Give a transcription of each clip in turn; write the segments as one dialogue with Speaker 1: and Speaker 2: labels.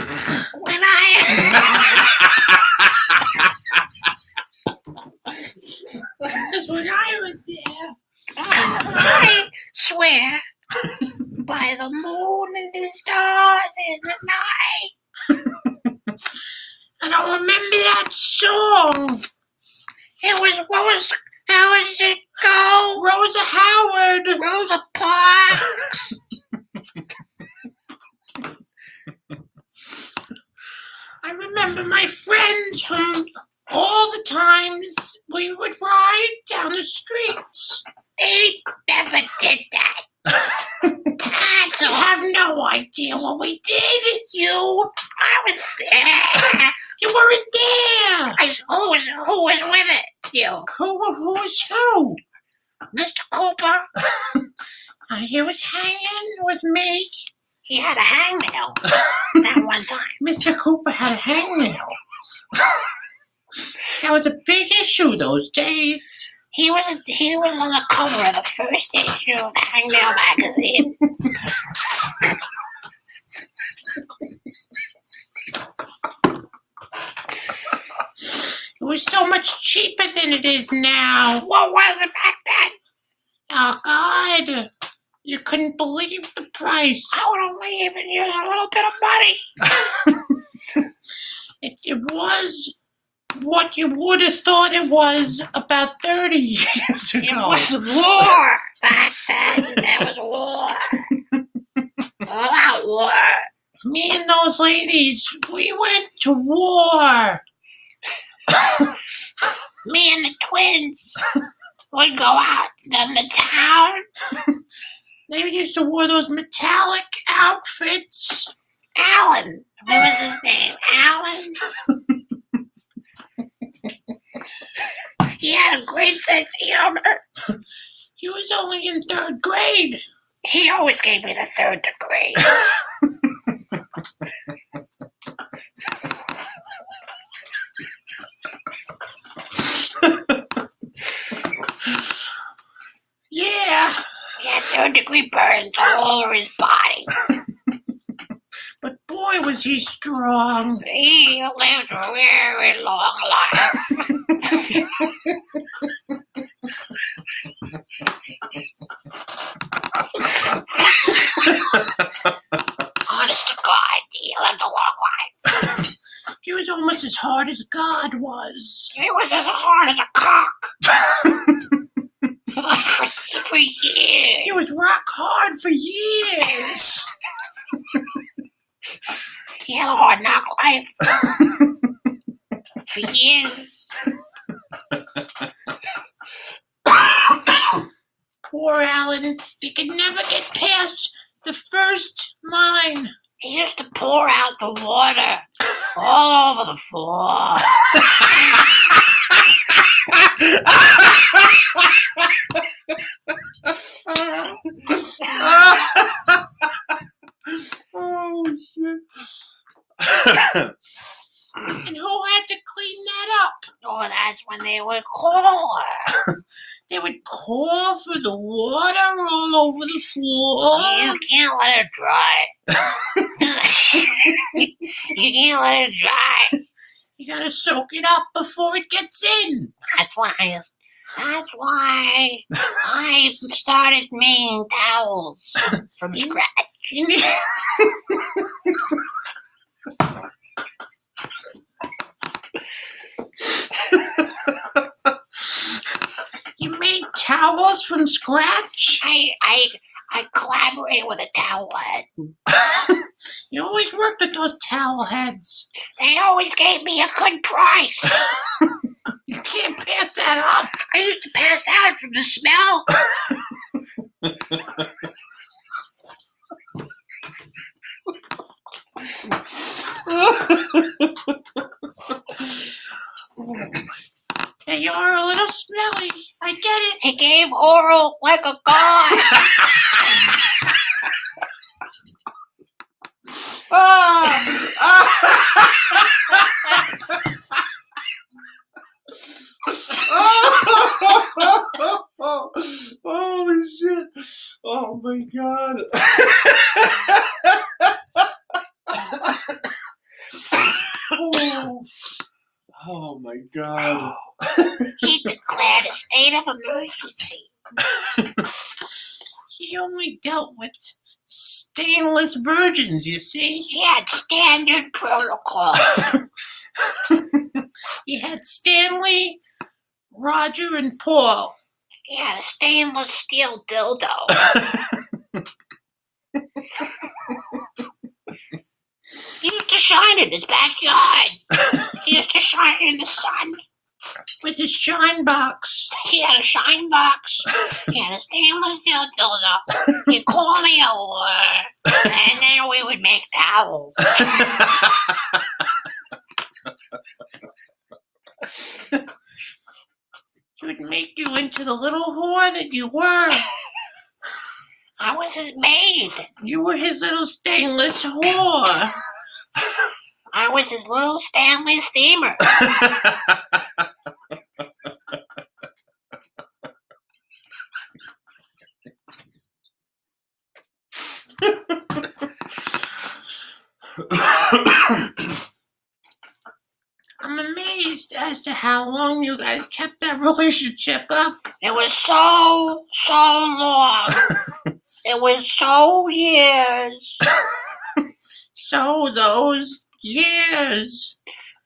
Speaker 1: When I because when I was there, I, I swear by the moon and the stars and the night. and I remember that song. It was what was how was it go? Rosa Howard. Rosa Parks. I remember my friends from all the times we would ride down the streets. They never did that. I so have no idea what we did. You, I was there. You weren't there. I, who, was, who was with it? You. Who, who was who? Mr. Cooper. Uh, he was hanging with me. He had a hangnail that one time. Mr. Cooper had a hangnail. That was a big issue those days. He was he was on the cover of the first issue of the Hangnail magazine. it was so much cheaper than it is now. What was it back then? Oh God, you couldn't believe the price. I want to leave and use a little bit of money. it, it was what you would have thought it was about 30 years ago.
Speaker 2: It was
Speaker 1: war back then. There was war. A lot of war. Me and those ladies, we went to war. Me and the twins would go out down the town. they used to wear those metallic outfits. Alan, what was his name? Alan. He had a great sense of humor. He was only in third grade. He always gave me the third degree. yeah,
Speaker 2: He had third degree burns all over his body.
Speaker 1: but boy, was he strong.
Speaker 2: He lived a very long life. Honest to God, he lived a long life.
Speaker 1: He was almost as hard as God was.
Speaker 2: He was as hard as a cock. For years.
Speaker 1: He was rock hard for years.
Speaker 2: He had a hard knock life. For years.
Speaker 1: Poor Alan, he could never get past the first line.
Speaker 2: He used to pour out the water all over the floor.
Speaker 1: oh shit. And who had to clean that up?
Speaker 2: Oh, that's when they would call her.
Speaker 1: They would call for the water all over the floor.
Speaker 2: You can't let it dry. you can't let it dry.
Speaker 1: You gotta soak it up before it gets in.
Speaker 2: That's why. That's why I started making towels from scratch.
Speaker 1: You need- you made towels from scratch?
Speaker 2: I I I collaborate with a towel head.
Speaker 1: You always worked with those towel heads.
Speaker 2: They always gave me a good price.
Speaker 1: You can't pass that up.
Speaker 2: I used to pass out from the smell.
Speaker 1: Yeah, you are a little smelly. I get it.
Speaker 2: He gave oral like a god.
Speaker 1: Ah! Holy shit. Oh my god.
Speaker 3: Oh my god.
Speaker 2: He declared a state of emergency.
Speaker 1: He only dealt with stainless virgins, you see.
Speaker 2: He had standard protocol.
Speaker 1: He had Stanley, Roger, and Paul.
Speaker 2: He had a stainless steel dildo. he used to shine in his backyard. he used to shine in the sun.
Speaker 1: with his shine box.
Speaker 2: He had a shine box. He had a stainless steel dildo. He'd call me over, and then we would make towels.
Speaker 1: He would make you into the little whore that you were.
Speaker 2: I was his maid.
Speaker 1: You were his little stainless whore.
Speaker 2: I was his little Stanley steamer.
Speaker 1: I'm amazed as to how long you guys kept that relationship up.
Speaker 2: It was so, so long. it was so years.
Speaker 1: So those years.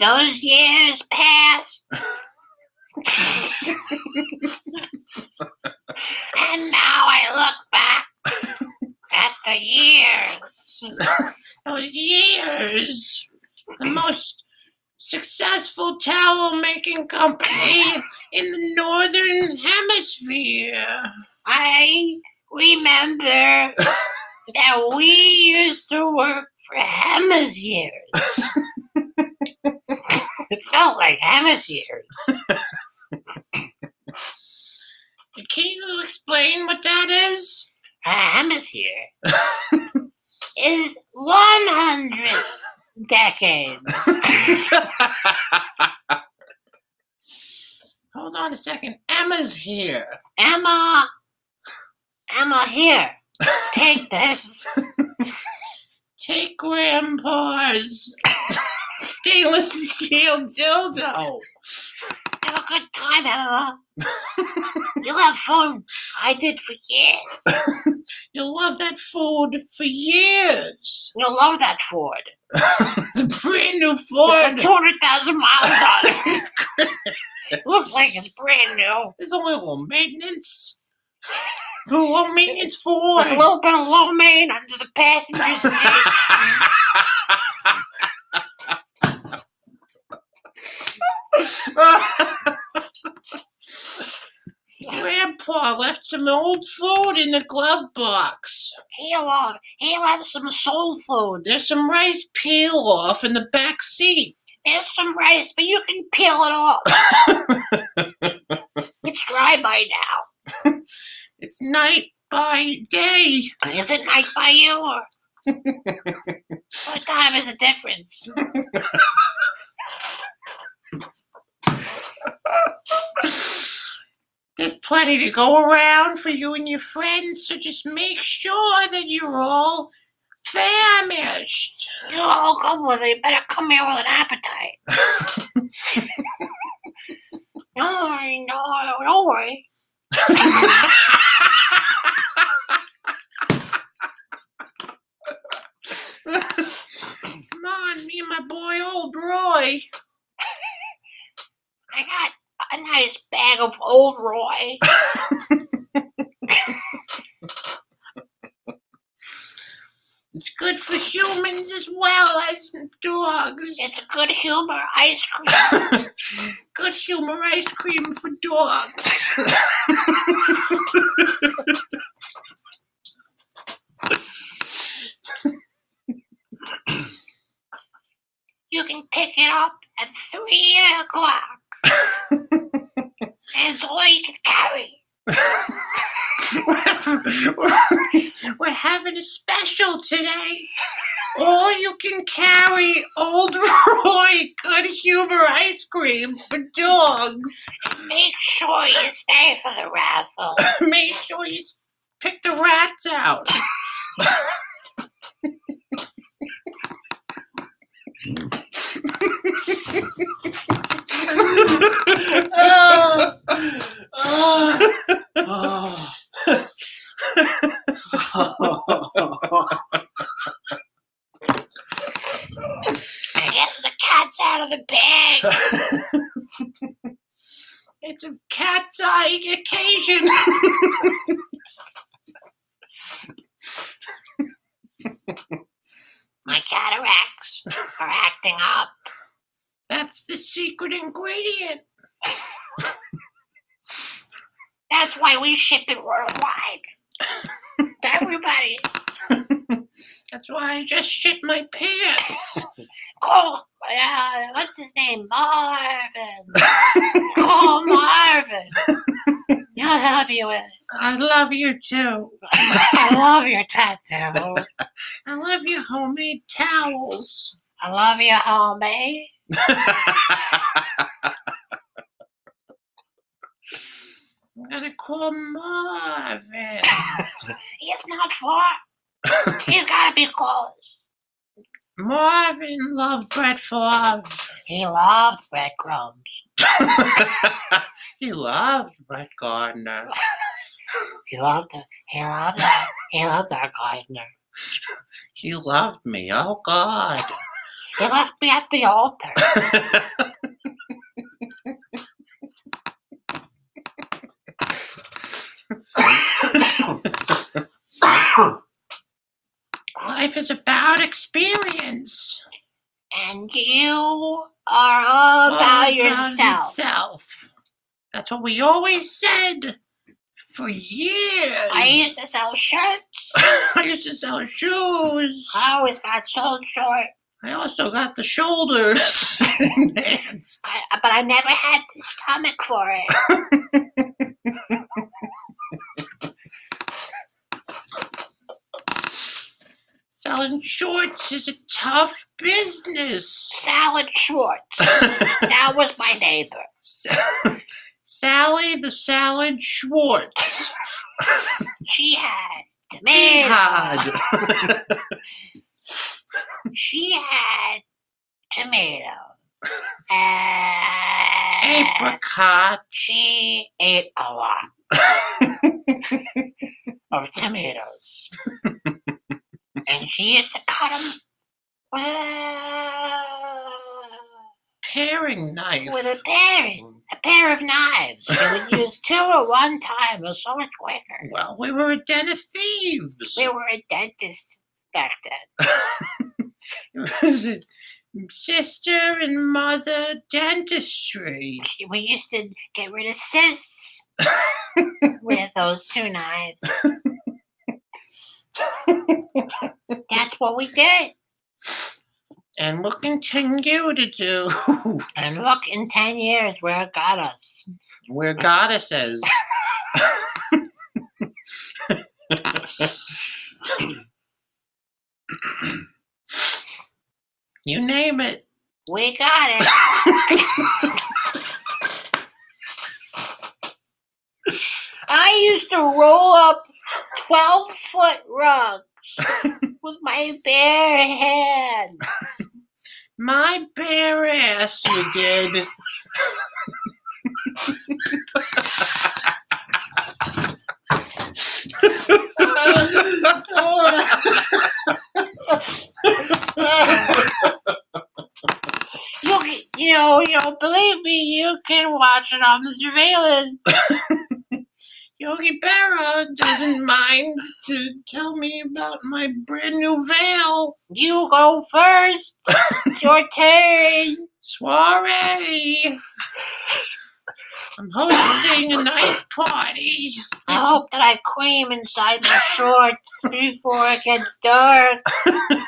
Speaker 2: Those years passed. and now I look back at the years.
Speaker 1: those years. The most successful towel making company in the northern hemisphere.
Speaker 2: I remember that we used to work for hemispheres. it felt like hemispheres.
Speaker 1: Can you explain what that is?
Speaker 2: A hemisphere Uh, is 100 decades.
Speaker 1: Hold on a second. Emma's here.
Speaker 2: Emma, Emma, here, take this.
Speaker 1: Take Grandpa's stainless steel dildo.
Speaker 2: Have a good time, Emma. You'll have fun. I did for years.
Speaker 1: You'll love that food for years.
Speaker 2: You'll love that Ford.
Speaker 1: It's a brand new
Speaker 2: It's
Speaker 1: Ford.
Speaker 2: got 200,000 miles on it. Looks like it's brand new.
Speaker 1: There's only a little maintenance. It's a low maintenance Ford.
Speaker 2: With a little bit of low main under the passenger seat.
Speaker 1: Grandpa left some old food in the glove box.
Speaker 2: He'll have, he'll have some soul food.
Speaker 1: There's some rice peel off in the back seat.
Speaker 2: There's some rice, but you can peel it off. it's dry by now.
Speaker 1: It's night by day.
Speaker 2: Is it night by you or what time is the difference?
Speaker 1: There's plenty to go around for you and your friends, so just make sure that you're all famished.
Speaker 2: You all come with it. You better come here with an appetite. no, worry, no, don't worry.
Speaker 1: Come on, me and my boy, old Roy.
Speaker 2: I got a nice bag of old Roy.
Speaker 1: It's good for humans as well as dogs.
Speaker 2: It's a good humor ice cream.
Speaker 1: good humor ice cream for dogs.
Speaker 2: You can pick it up at three o'clock. and it's all you can carry.
Speaker 1: We're having a special today. All you can carry old Roy good humor ice cream for dogs.
Speaker 2: Make sure you stay for the raffle.
Speaker 1: Make sure you s- pick the rats out.
Speaker 2: out of the bag.
Speaker 1: It's a cat's eye occasion.
Speaker 2: My cataracts are acting up.
Speaker 1: That's the secret ingredient.
Speaker 2: That's why we ship it worldwide. to everybody.
Speaker 1: That's why I just shit my pants.
Speaker 2: Call, uh, what's his name? Marvin. Call Marvin. He'll help you with it.
Speaker 1: I love you too.
Speaker 2: I love your tattoo.
Speaker 1: I love your homemade towels.
Speaker 2: I love your eh? homie.
Speaker 1: I'm gonna call Marvin.
Speaker 2: He's not far. He's gotta be close.
Speaker 1: Marvin loved Brett Favre.
Speaker 2: He loved breadcrumbs.
Speaker 1: he loved Brett Gardner.
Speaker 2: He loved it. He loved that. He loved our gardener.
Speaker 1: He loved me. Oh God.
Speaker 2: He left me at the altar.
Speaker 1: Life is about experience.
Speaker 2: and you are all about
Speaker 1: All
Speaker 2: yourself.
Speaker 1: yourself. That's what we always said for years.
Speaker 2: I used to sell shirts.
Speaker 1: I used to sell shoes.
Speaker 2: I always got sold short,
Speaker 1: I also got the shoulders enhanced.
Speaker 2: I, but I never had the stomach for it.
Speaker 1: Selling shorts is a tough business.
Speaker 2: Salad Schwartz. that was my neighbor.
Speaker 1: Sally the Salad Schwartz.
Speaker 2: She had tomatoes.
Speaker 1: Jihad.
Speaker 2: She had tomato. And
Speaker 1: Apricot.
Speaker 2: she ate a lot of tomatoes. and she used to cut them with,
Speaker 1: Paring knife.
Speaker 2: with a paring, a pair of knives. You would use two at one time. It was so much quicker.
Speaker 1: Well, we were a den of thieves.
Speaker 2: We were a dentist back then.
Speaker 1: was it sister and mother dentistry.
Speaker 2: we used to get rid of cysts with those two knives. That's what we did.
Speaker 1: And we'll continue to do
Speaker 2: And look, in 10 years, where it got us.
Speaker 1: we're goddesses. you name it.
Speaker 2: We got it. I used to roll up 12 foot rugs with my bare hands.
Speaker 1: My bare ass, you did.
Speaker 2: You, can- you know, you know, believe me, you can watch it on the surveillance.
Speaker 1: Yogi Berra doesn't mind to tell me about my brand new veil.
Speaker 2: You go first. It's your turn.
Speaker 1: Soiree! I'm hosting a nice party.
Speaker 2: I hope that I cream inside my shorts before it gets dark.